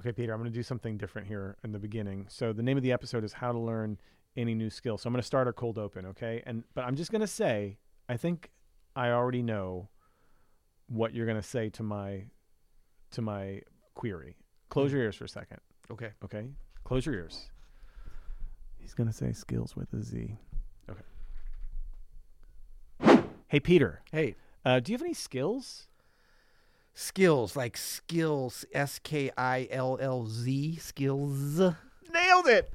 okay, Peter, I'm going to do something different here in the beginning. So the name of the episode is How to Learn Any New Skill. So I'm going to start our cold open, okay? And but I'm just going to say, I think I already know what you're going to say to my to my query. Close your ears for a second, Okay. okay? Close your ears. He's going to say skills with a Z. Okay. Hey Peter, Hey, uh, do you have any skills? skills like skills, S K I L L Z skills. Nailed it.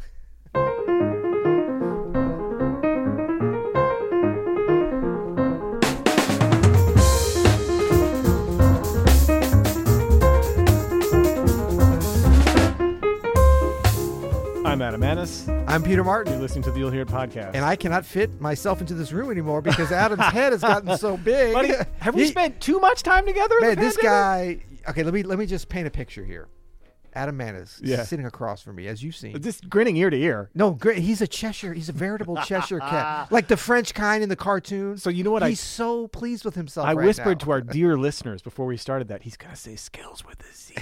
I'm Adam Annis. I'm Peter Martin, You're listening to the You'll Hear It podcast. and I cannot fit myself into this room anymore because Adam's head has gotten so big. Buddy, have we He- spent too much time together? in Man, the this pandemic? guy. Okay, let me let me just paint a picture here. Adam Manis Yeah. sitting across from me, as you've seen. Just grinning ear to ear. No, great. He's a Cheshire. He's a veritable Cheshire cat, like the French kind in the cartoon. So you know what I- He's so pleased with himself. I right whispered now. to our dear listeners before we started that he's gonna say skills with a Z.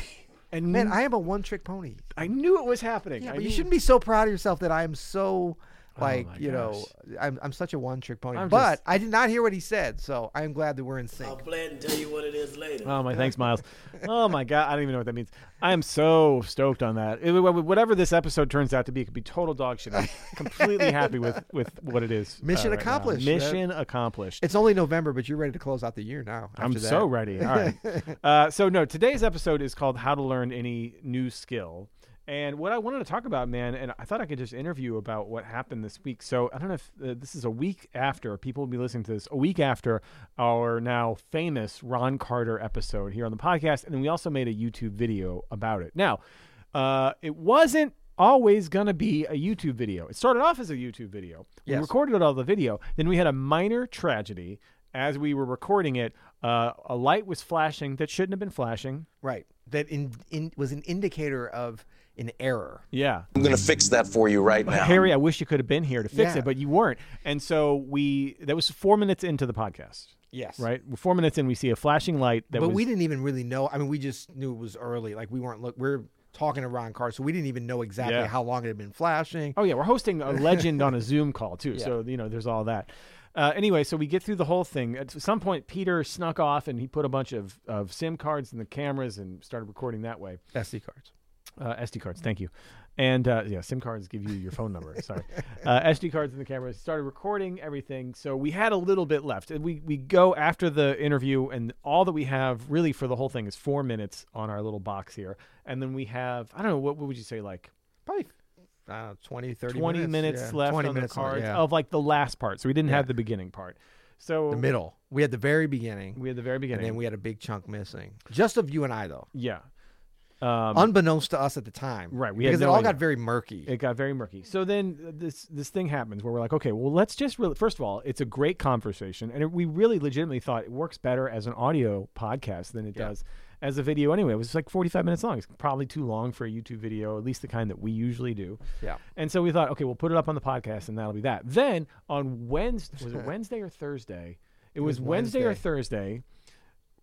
And man, I, I am a one-trick pony. knew it was happening. I Yeah, but you knew- shouldn't be so proud of yourself that I am so like my you know I'm I'm such a one-trick pony. I'm but just- I did not hear what he said, so I am glad that we're in sync. I'll play it and tell you what it is later. Oh my, thanks, Miles. oh my God, I don't even know what that means. I am so stoked on that. It- wh- wh- whatever this episode turns out to be, it could be total dog shit. I'm completely happy with with what it is. uh, Mission right now. accomplished, man. Mission accomplished. It's only November, but you're ready to close out the year now. I'm after that. so ready. All right. uh, so no, today's episode is called "How to Learn Any New Skill." And what I wanted to talk about, man, and I thought I could just interview about what happened this week. So I don't know if uh, this is a week after people will be listening to this, a week after our now famous Ron Carter episode here on the podcast, and then we also made a YouTube video about it. Now, uh, it wasn't always going to be a YouTube video. It started off as a YouTube video. We Yes. recorded all the video. Then we had a minor tragedy as we were recording it. Uh, a light was flashing that shouldn't have been flashing. Right. That in, in was an indicator of an error. Yeah. I'm going to fix that for you right now. Harry, I wish you could have been here to fix Yeah. it, but you weren't. And so we, that was four minutes into the podcast, Yes. right? We're four minutes in, we see a flashing light that But was. we didn't even really know. I mean, we just knew it was early. Like we weren't look. We're talking to Ron Carr, so we didn't even know exactly Yeah. how long it had been flashing. Oh yeah, we're hosting a legend on a Zoom call too, so you know there's all that. Uh, anyway, so we get through the whole thing. At some point, Peter snuck off and he put a bunch of, of SIM cards in the cameras and started recording that way. SD cards. Uh, SD cards, thank you. And uh, yeah, SIM cards give you your phone number. Sorry, uh, SD cards in the cameras. Started recording everything, so we had a little bit left. And We we go after the interview, and all that we have really for the whole thing is four minutes on our little box here, and then we have I don't know what, what would you say like Probably. uh, I don't know, 20, 30 20 minutes, yeah. left 20 on minutes the left, cards yeah. of like the last part. So we didn't Yeah. have the beginning part. So the middle. We had the very beginning, we had the very beginning. and then we had a big chunk missing. Just of you and I, though. yeah. Um, Unbeknownst to us at the time. Right, we had because no it all idea. got very murky. it got very murky. So then uh, this this thing happens where we're like, okay, well, let's just really. First of all, it's a great conversation, and it, we really legitimately thought it works better as an audio podcast than it Yeah. does as a video. Anyway, it was like forty five minutes long. It's probably too long for a YouTube video, at least the kind that we usually do. yeah. And so we thought, okay, we'll put it up on the podcast, and that'll be that. Then on Wednesday, was it Wednesday or Thursday? It, was, was Wednesday, or Wednesday. Thursday.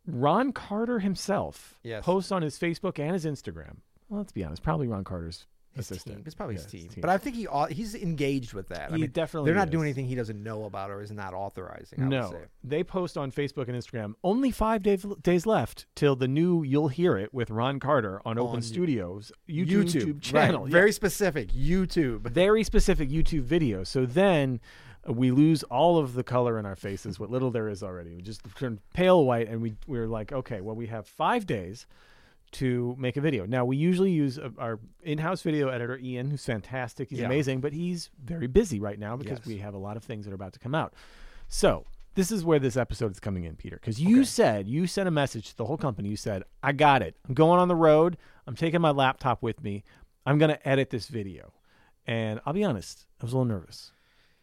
Ron Carter himself Yes. posts on his Facebook and his Instagram. Well, let's be honest, probably Ron Carter's His assistant. team. It's probably Yeah, his team. But I think he au- he's engaged with that. I He mean, definitely They're not is. doing anything he doesn't know about or is not authorizing. I would no, say. they post on Facebook and Instagram. Only five day, days left till the new "You'll Hear It" with Ron Carter on, Open Studios YouTube, YouTube channel. Right. Yeah. Very specific. YouTube. very specific YouTube video. So then uh, we lose all of the color in our faces, what little there is already. We just turn pale white, and we we're like, okay, well, we have five days to make a video. Now we usually use uh our in-house video editor Ian, who's fantastic. He's Yeah. amazing, but he's very busy right now because Yes. we have a lot of things that are about to come out. So. This is where this episode is coming in, Peter, because you said you sent a message to the whole company. You said, "I got it. I'm going on the road. I'm taking my laptop with me. I'm going to edit this video." And I'll be honest, I was a little nervous.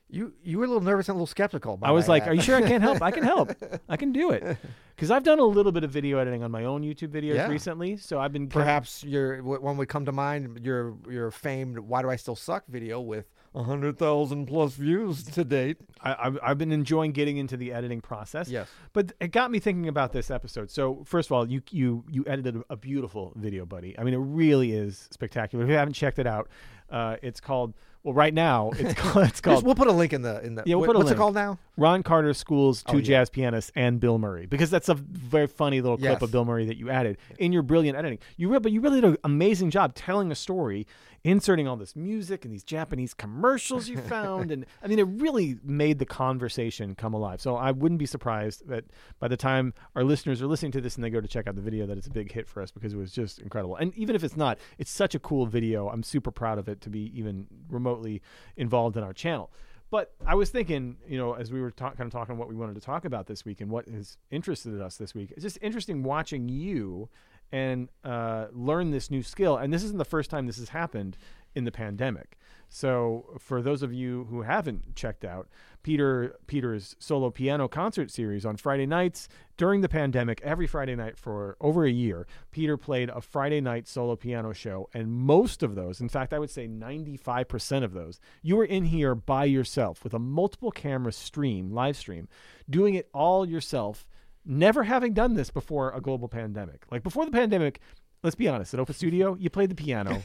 You you were a little nervous and a little skeptical. About I was that. like, "Are you sure I can't help? I can help. I can do it." Because I've done a little bit of video editing on my own YouTube videos Yeah. recently, so I've been kind of- Perhaps your what one would come to mind your your famed "Why Do I Still Suck" video with hundred thousand plus views to date. I, I've- I've been enjoying getting into the editing process. Yes. But it got me thinking about this episode. So first of all, you you you edited a beautiful video, buddy. I mean, it really is spectacular. If you haven't checked it out, uh, it's called. Well, right now it's called. It's Just- called we'll put a link in the in the. Yeah, we'll wh- put a what's link. it called now? Oh, Ron Carter School's two yeah. jazz pianists and Bill Murray because that's a very funny little clip Yes. of Bill Murray that you added in your brilliant editing. You re- but you really did an amazing job telling a story, inserting all this music and these Japanese commercials you found, and I mean it really made the conversation come alive. So I wouldn't be surprised that by the time our listeners are listening to this and they go to check out the video, that it's a big hit for us because it was just incredible. And even if it's not, it's such a cool video. I'm super proud of it to be even remotely involved in our channel. But I was thinking, you know, as we were talk, kind of talking what we wanted to talk about this week and what has interested us this week, it's just interesting watching you and uh, learn this new skill. And this isn't the first time this has happened in the pandemic. So for those of you who haven't checked out Peter Peter's solo piano concert series on Friday nights during the pandemic, every Friday night for over a year, Peter played a Friday night solo piano show, and most of those, in fact, I would say 95% of those, you were in here by yourself with a multiple camera stream, live stream, doing it all yourself, never having done this before a global pandemic. Like before the pandemic, let's be honest, at Opa Studio, you played the piano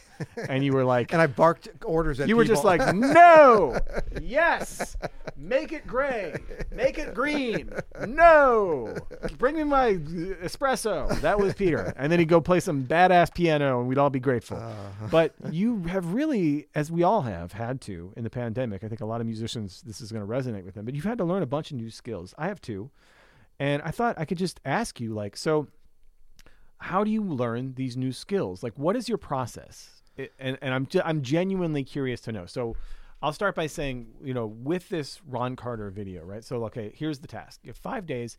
and you were like And I barked orders at you were just people. like, no, yes, make it gray, make it green, no, bring me my uh, espresso. That was Peter. And then he'd go play some badass piano and we'd all be grateful. But you have really, as we all have had to in the pandemic, I think a lot of musicians, this is going to resonate with them, but you've had to learn a bunch of new skills. I have too. And I thought I could just ask you, like, so how do you learn these new skills? Like, what is your process? It- and and I'm ge- I'm genuinely curious to know. So, I'll start by saying, you know, with this Ron Carter video, right? So, okay, here's the task: you have five days.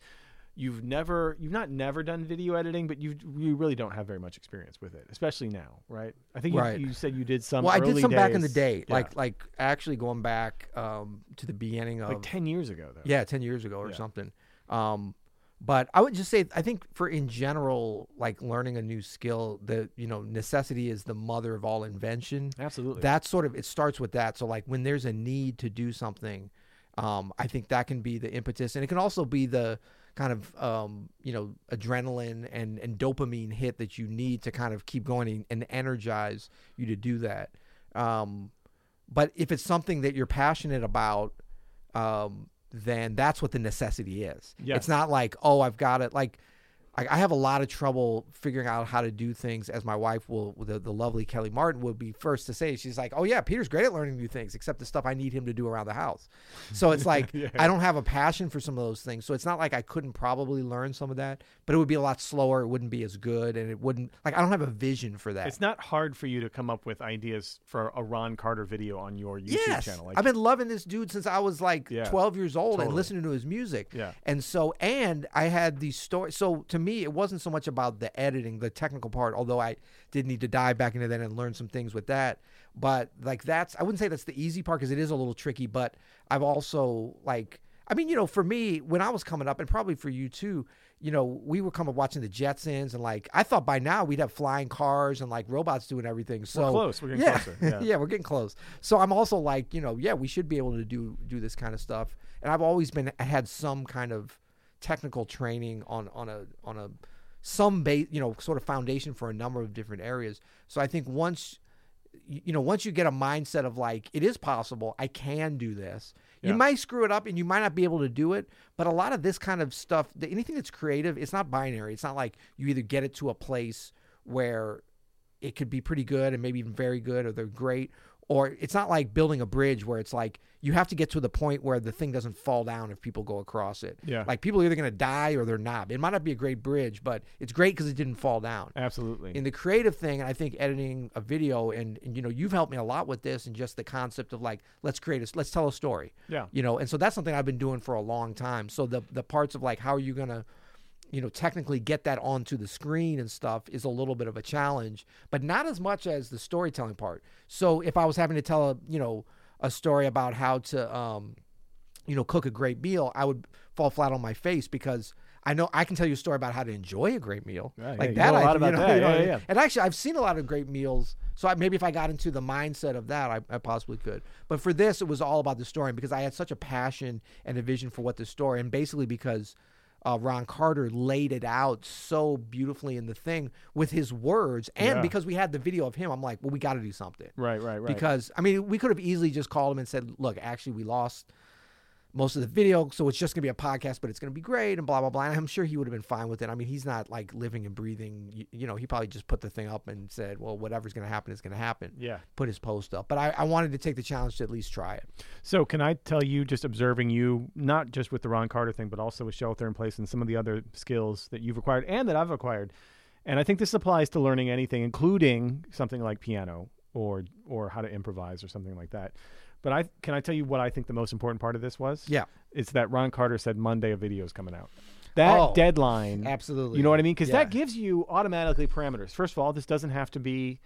You've never, you've not never done video editing, but you you really don't have very much experience with it, especially now, right? I think you, Right. you said you did some. well, I did early some back in the days. day, Yeah. like like actually going back um, to the beginning of like ten years ago, though. yeah, ten years ago or something. Um, but I would just say, I think for in general, like learning a new skill, the you know necessity is the mother of all invention. absolutely. That sort of it starts with that. So like when there's a need to do something, um, I think that can be the impetus, and it can also be the kind of um, you know adrenaline and and dopamine hit that you need to kind of keep going and, and energize you to do that. Um, but if it's something that you're passionate about, um, then that's what the necessity is. Yes. It's not like oh I've got it like. I I have a lot of trouble figuring out how to do things, as my wife will, the, the lovely Kelly Martin, will be first to say. She's like, "Oh yeah, Peter's great at learning new things, except the stuff I need him to do around the house." So it's like I don't have a passion for some of those things. So it's not like I couldn't probably learn some of that, but it would be a lot slower. It wouldn't be as good, and it wouldn't like I don't have a vision for that. It's not hard for you to come up with ideas for a Ron Carter video on your YouTube yes, channel. I've been loving this dude since I was like Yeah, 12 years old and totally. listening to his music. Yeah. And so, and I had these stories. So to me, it wasn't so much about the editing, the technical part, although I did need to dive back into that and learn some things with that. But like that's, I wouldn't say that's the easy part because it is a little tricky, but I've also like, I mean, you know, for me, when I was coming up, and probably for you too, you know, we were coming up watching the Jetsons, and like I thought by now we'd have flying cars and like robots doing everything. So close. We're getting yeah. closer. Yeah. yeah, we're getting close. So I'm also like, you know, yeah, we should be able to do do this kind of stuff. And I've always been I had some kind of technical training on on a on a some base, you know, sort of foundation for a number of different areas. So I think once you you know, once you get a mindset of like, it is possible, I can do this. You Yeah. might screw it up and you might not be able to do it, but a lot of this kind of stuff, the- anything that's creative, it's not binary. It's not like you either get it to a place where it could be pretty good and maybe even very good or they're great, or it's not like building a bridge where it's like you have to get to the point where the thing doesn't fall down if people go across it. Yeah. Like people are either going to die or they're not. It might not be a great bridge, but it's great because it didn't fall down Absolutely. in the creative thing and i think editing a video and, and, you know you've helped me a lot with this and just the concept of like let's create a s- let's tell a story Yeah. you know and so that's something i've been doing for a long time so the the parts of like how are you gonna you know technically get that onto the screen and stuff is a little bit of a challenge but not as much as the storytelling part so if i was having to tell a you know a story about how to um you know cook a great meal i would fall flat on my face because I know I can tell you a story about how to enjoy a great meal. Yeah, yeah, like you that, know a I- lot about you know, that. you know, Yeah, yeah, yeah. And actually, I've seen a lot of great meals. So I, maybe if I got into the mindset of that, I, I possibly could. But for this, it was all about the story because I had such a passion and a vision for what the story, and basically because uh, Ron Carter laid it out so beautifully in the thing with his words, and Yeah. because we had the video of him, I'm like, well, we got to do something. Right, right, right. Because I mean, we could have easily just called him and said, "Look, actually, we lost most of the video, so it's just gonna be a podcast, but it's gonna be great," and blah blah blah. And I'm sure he would have been fine with it. I mean, he's not like living and breathing. You, you know, he probably just put the thing up and said, "Well, whatever's gonna happen is gonna happen." Yeah. Put his post up, but I, I wanted to take the challenge to at least try it. So can I tell you, just observing you, not just with the Ron Carter thing, but also with shelter in place and some of the other skills that you've acquired and that I've acquired, and I think this applies to learning anything, including something like piano or or how to improvise or something like that. But I can I tell you what I think the most important part of this was? Yeah. it's that Ron Carter said Monday a video's coming out. That Oh, deadline, Mm. absolutely. You know what I mean? Because Yeah. that gives you automatically parameters. First of all, this doesn't have to be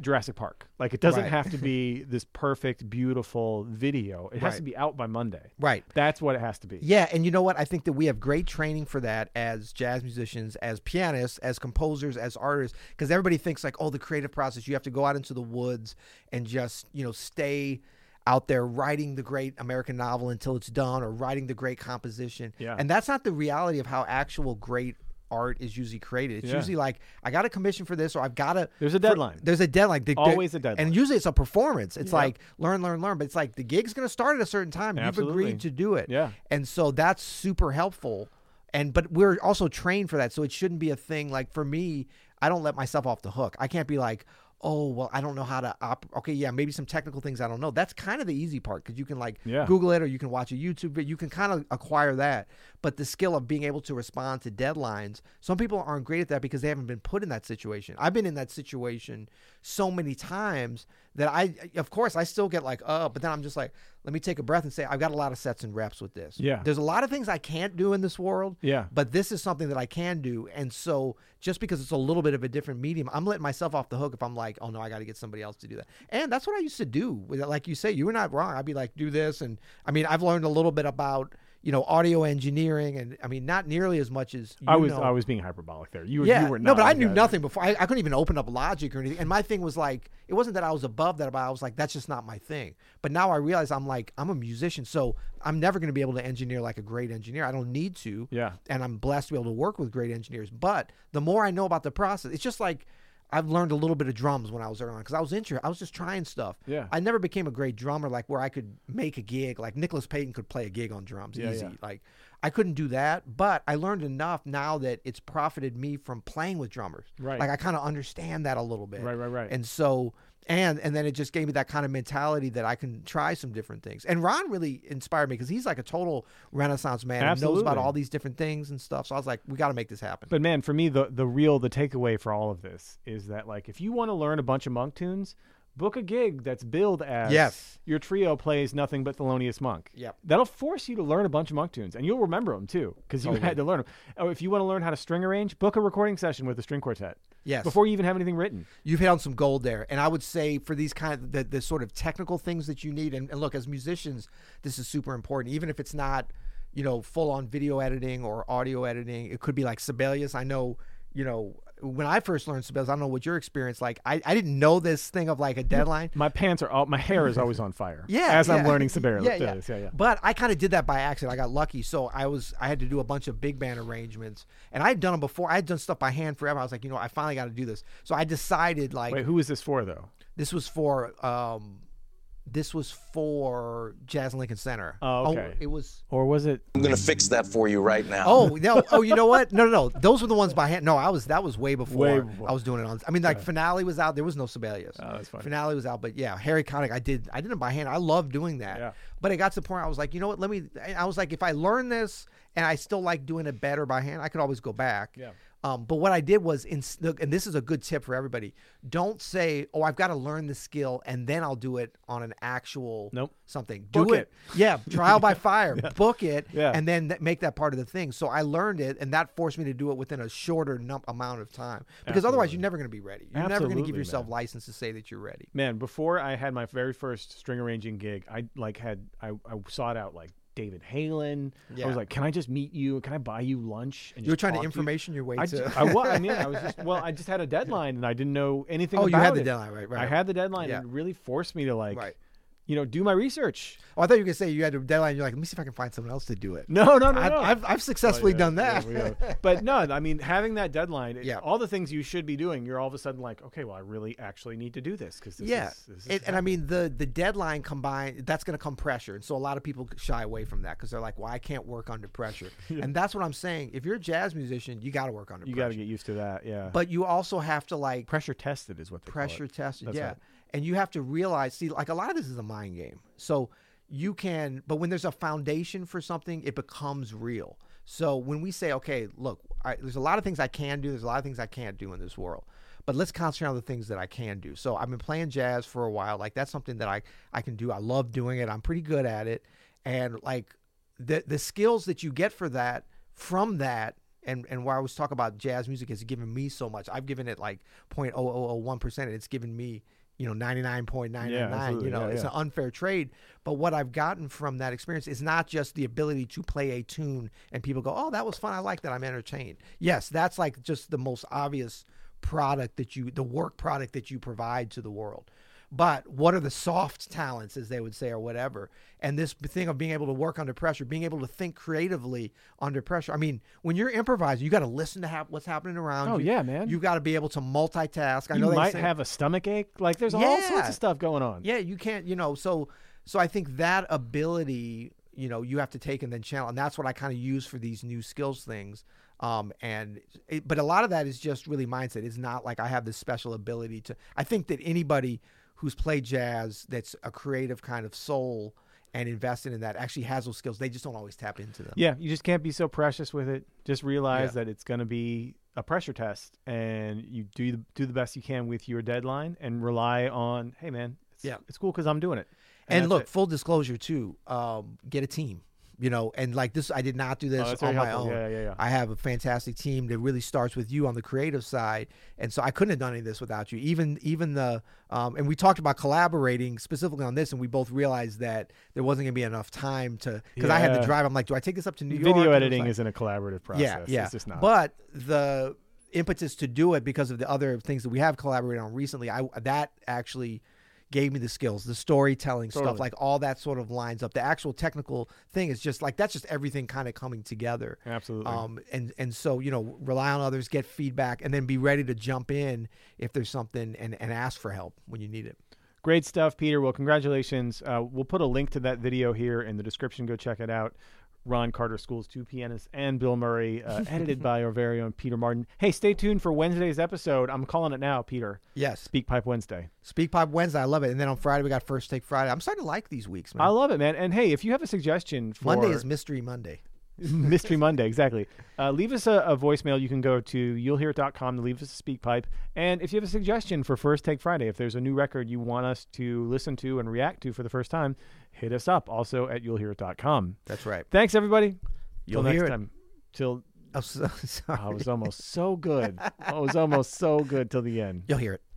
Jurassic Park. Like it doesn't Right. have to be this perfect, beautiful video. It has to Right. be out by Monday. Right. That's what it has to be. Yeah, and you know what? I think that we have great training for that as jazz musicians, as pianists, as composers, as artists, because everybody thinks like, oh, the creative process. You have to go out into the woods and just you know stay out there writing the great American novel until it's done, or writing the great composition. Yeah. and that's not the reality of how actual great art is usually created. It's Yeah. usually like I got a commission for this, or I've got to. There's a deadline. there's a deadline. The- the- Always a deadline. And usually it's a performance. It's like learn, learn, learn. But it's like the gig's going to start at a certain time. Absolutely. You've agreed to do it. Yeah. And so that's super helpful. And but we're also trained for that. So it shouldn't be a thing like for me, I don't let myself off the hook. I can't be like, "Oh, well, I don't know how to op okay, yeah, maybe some technical things I don't know." That's kind of the easy part cuz you can like Yeah. Google it or you can watch a YouTube video. You can kind of acquire that. But the skill of being able to respond to deadlines, some people aren't great at that because they haven't been put in that situation. I've been in that situation so many times that I of course I still get like, "Oh," but then I'm just like, "Let me take a breath and say, I've got a lot of sets and reps with this." Yeah. There's a lot of things I can't do in this world. Yeah. But this is something that I can do. And so just because it's a little bit of a different medium, I'm letting myself off the hook if I'm like, oh no, I got to get somebody else to do that. And that's what I used to do. With it. Like you say, you were not wrong. I'd be like, do this. And I mean, I've learned a little bit about, you know, audio engineering. And I mean, not nearly as much as you I was know. I was being hyperbolic there. You, were- Yeah, you were not. no, but I like knew that. nothing before. I, I couldn't even open up Logic or anything. And my thing was like, it wasn't that I was above that, but I was like, that's just not my thing. But now I realize I'm like, I'm a musician, so I'm never going to be able to engineer like a great engineer. I don't need to. Yeah. And I'm blessed to be able to work with great engineers. But the more I know about the process, it's just like I've learned a little bit of drums when I was early on because I was interested. I was just trying stuff. Yeah. I never became a great drummer like where I could make a gig. Like Nicholas Payton could play a gig on drums Yeah, easy. yeah. Like I couldn't do that, but I learned enough now that it's profited me from playing with drummers. Right. Like I kind of understand that a little bit. Right, right, right. And so and and then it just gave me that kind of mentality that I can try some different things. And Ron really inspired me because he's like a total renaissance man and knows Absolutely. about all these different things and stuff. So I was like, we got to make this happen. But man, for me, the the real the takeaway for all of this is that like if you want to learn a bunch of monk tunes, book a gig that's billed as Yes. your trio plays nothing but Thelonious Monk. Yep. That'll force you to learn a bunch of monk tunes, and you'll remember them too because you had to learn them. Oh, if you want to learn how to string arrange, book a recording session with a string quartet. Yes. Before you even have anything written. you've hit on some gold there and i would say for these kind of the, the sort of technical things that you need and, and look as musicians this is super important even if it's not you know full on video editing or audio editing it could be like sibelius i know you know when i first learned sibelius i don't know what your experience like i, I didn't know this thing of like a deadline My pants are all. My hair is always on fire. yeah, As I'm yeah. learning Siberian. yeah, yeah. yeah, yeah. But I kind of did that by accident. I got lucky, so I was I had to do a bunch of big band arrangements, and I had done them before. I had done stuff by hand forever. I was like, you know, I finally got to do this. So I decided like Wait, who is this for though? This was for um, this was for Jazz Lincoln Center. Oh, okay. it was. Or was it? I'm going to fix that for you right now. Oh no! Oh, you know what? No, no, no. Those were the ones by hand. No, I was. That was way before. Way before. I was doing it on. I mean, like finale was out. There was no Sibelius. Oh, that's funny. Finale was out, but yeah, Harry Connick. I did. I did it by hand. I love doing that. Yeah. But it got to the point I was like, you know what? Let me. I was like, if I learn this and I still like doing it better by hand, I could always go back. Yeah. Um, but what I did was, in, look, and this is a good tip for everybody. Don't say, "Oh, I've got to learn the skill and then I'll do it on an actual Nope. something." Do Book it. Yeah, trial by fire. Book it, Yeah. and then th- make that part of the thing. So I learned it, and that forced me to do it within a shorter num- amount of time because otherwise you're never going to be ready. You're never going to give Absolutely, yourself man. license to say that you're ready. Man, before I had my very first string arranging gig, I like had I, I sought out like David Halen. I Yeah. was like, can I just meet you? Can I buy you lunch? And You were just trying to talk you?" information your way I, to. ju- I was. I mean, I was just well. I just had a deadline, and I didn't know anything. oh, about you had the it. deadline, right? Right. I had the deadline, Yeah. and it really forced me to like, Right. you know, do my research. Oh, I thought you were gonna say you had a deadline. You're like, let me see if I can find someone else to do it. No, no, no, I've, no. Oh, I've, I've successfully Yeah, done yeah, that. we know. but no, I mean, having that deadline, it- Yeah. all the things you should be doing, you're all of a sudden like, okay, well, I really actually need to do this because this yeah, is, this is and, and I mean the the deadline combined that's going to come pressure, and so a lot of people shy away from that because they're like, "Well, I can't work under pressure," and that's what I'm saying. If you're a jazz musician, you got to work under you got pressure, to get used to that. Yeah, but you also have to like pressure tested is what they call it. pressure tested. That's yeah. right. And you have to realize, see, like a lot of this is a mind game. So you can, but when there's a foundation for something, it becomes real. So when we say, okay, look, I, there's a lot of things I can do, there's a lot of things I can't do in this world, but let's concentrate on the things that I can do. So I've been playing jazz for a while. Like that's something that I, I can do. I love doing it. I'm pretty good at it. And like the, the skills that you get for that, from that, and and why I was talking about jazz music has given me so much. I've given it like 0.0001 percent, and it's given me you know ninety nine point nine Yeah, nine nine. absolutely. You know, Yeah, it's yeah. an unfair trade. But what I've gotten from that experience is not just the ability to play a tune and people go, "Oh, that was fun. I like that. I'm entertained." Yes, that's like just the most obvious product that you, the work product that you provide to the world. But what are the soft talents, as they would say, or whatever? And this thing of being able to work under pressure, being able to think creatively under pressure. I mean, when you're improvising, you got to listen to hap- what's happening around Oh, you. yeah, man. You got to be able to multitask. I You know they might say- have a stomach ache. Like, there's all sorts Yeah. of stuff going on. yeah, you can't, you know, so so I think that ability, you know, you have to take and then channel, and that's what I kind of use for these new skills things. Um, and it, but a lot of that is just really mindset. It's not like I have this special ability to. I think that anybody who's played jazz, that's a creative kind of soul and invested in that, actually has those skills. They just don't always tap into them. Yeah, you just can't be so precious with it. Just realize that it's going to be a pressure test, and you do the, do the best you can with your deadline, and rely on, hey man, it's, Yeah. it's cool because I'm doing it. And, that's look, it. full disclosure too. Um, get a team. You know, and like this, I did not do this Oh, that's on very my helpful. own. Yeah, yeah, yeah. I have a fantastic team that really starts with you on the creative side, and so I couldn't have done any of this without you. Even even the um, and we talked about collaborating specifically on this, and we both realized that there wasn't going to be enough time to because I had Yeah. to drive. I'm like, do I take this up to New York? Video And it was editing like- isn't a collaborative process. yeah, yeah. It's just not. But the impetus to do it because of the other things that we have collaborated on recently, I that actually gave me the skills, the storytelling Totally. stuff, like all that sort of lines up. The actual technical thing is just like that's just everything kind of coming together. Absolutely. Um, and and so you know, rely on others, get feedback, and then be ready to jump in if there's something and and ask for help when you need it. Great stuff, Peter. Well, congratulations. Uh, we'll put a link to that video here in the description. Go check it out. Ron Carter School's two pianists and Bill Murray, uh, edited by our very own Peter Martin. Hey, stay tuned for Wednesday's episode. I'm calling it now, Peter. Yes, Speak Pipe Wednesday. Speak Pipe Wednesday, I love it. And then on Friday we got First Take Friday. I'm starting to like these weeks, man. I love it, man. And hey, if you have a suggestion for Monday is Mystery Monday. Mystery Monday, exactly. Uh, leave us a, a voicemail. You can go to you'llhear.com to leave us a speak pipe. And if you have a suggestion for First Take Friday, if there's a new record you want us to listen to and react to for the first time, hit us up also at you'llhear.com. That's right. Thanks, everybody. Till You'll next hear it. time. Till oh, I'm so sorry. I was Oh, almost so good. I was almost so good till the end. You'll hear it.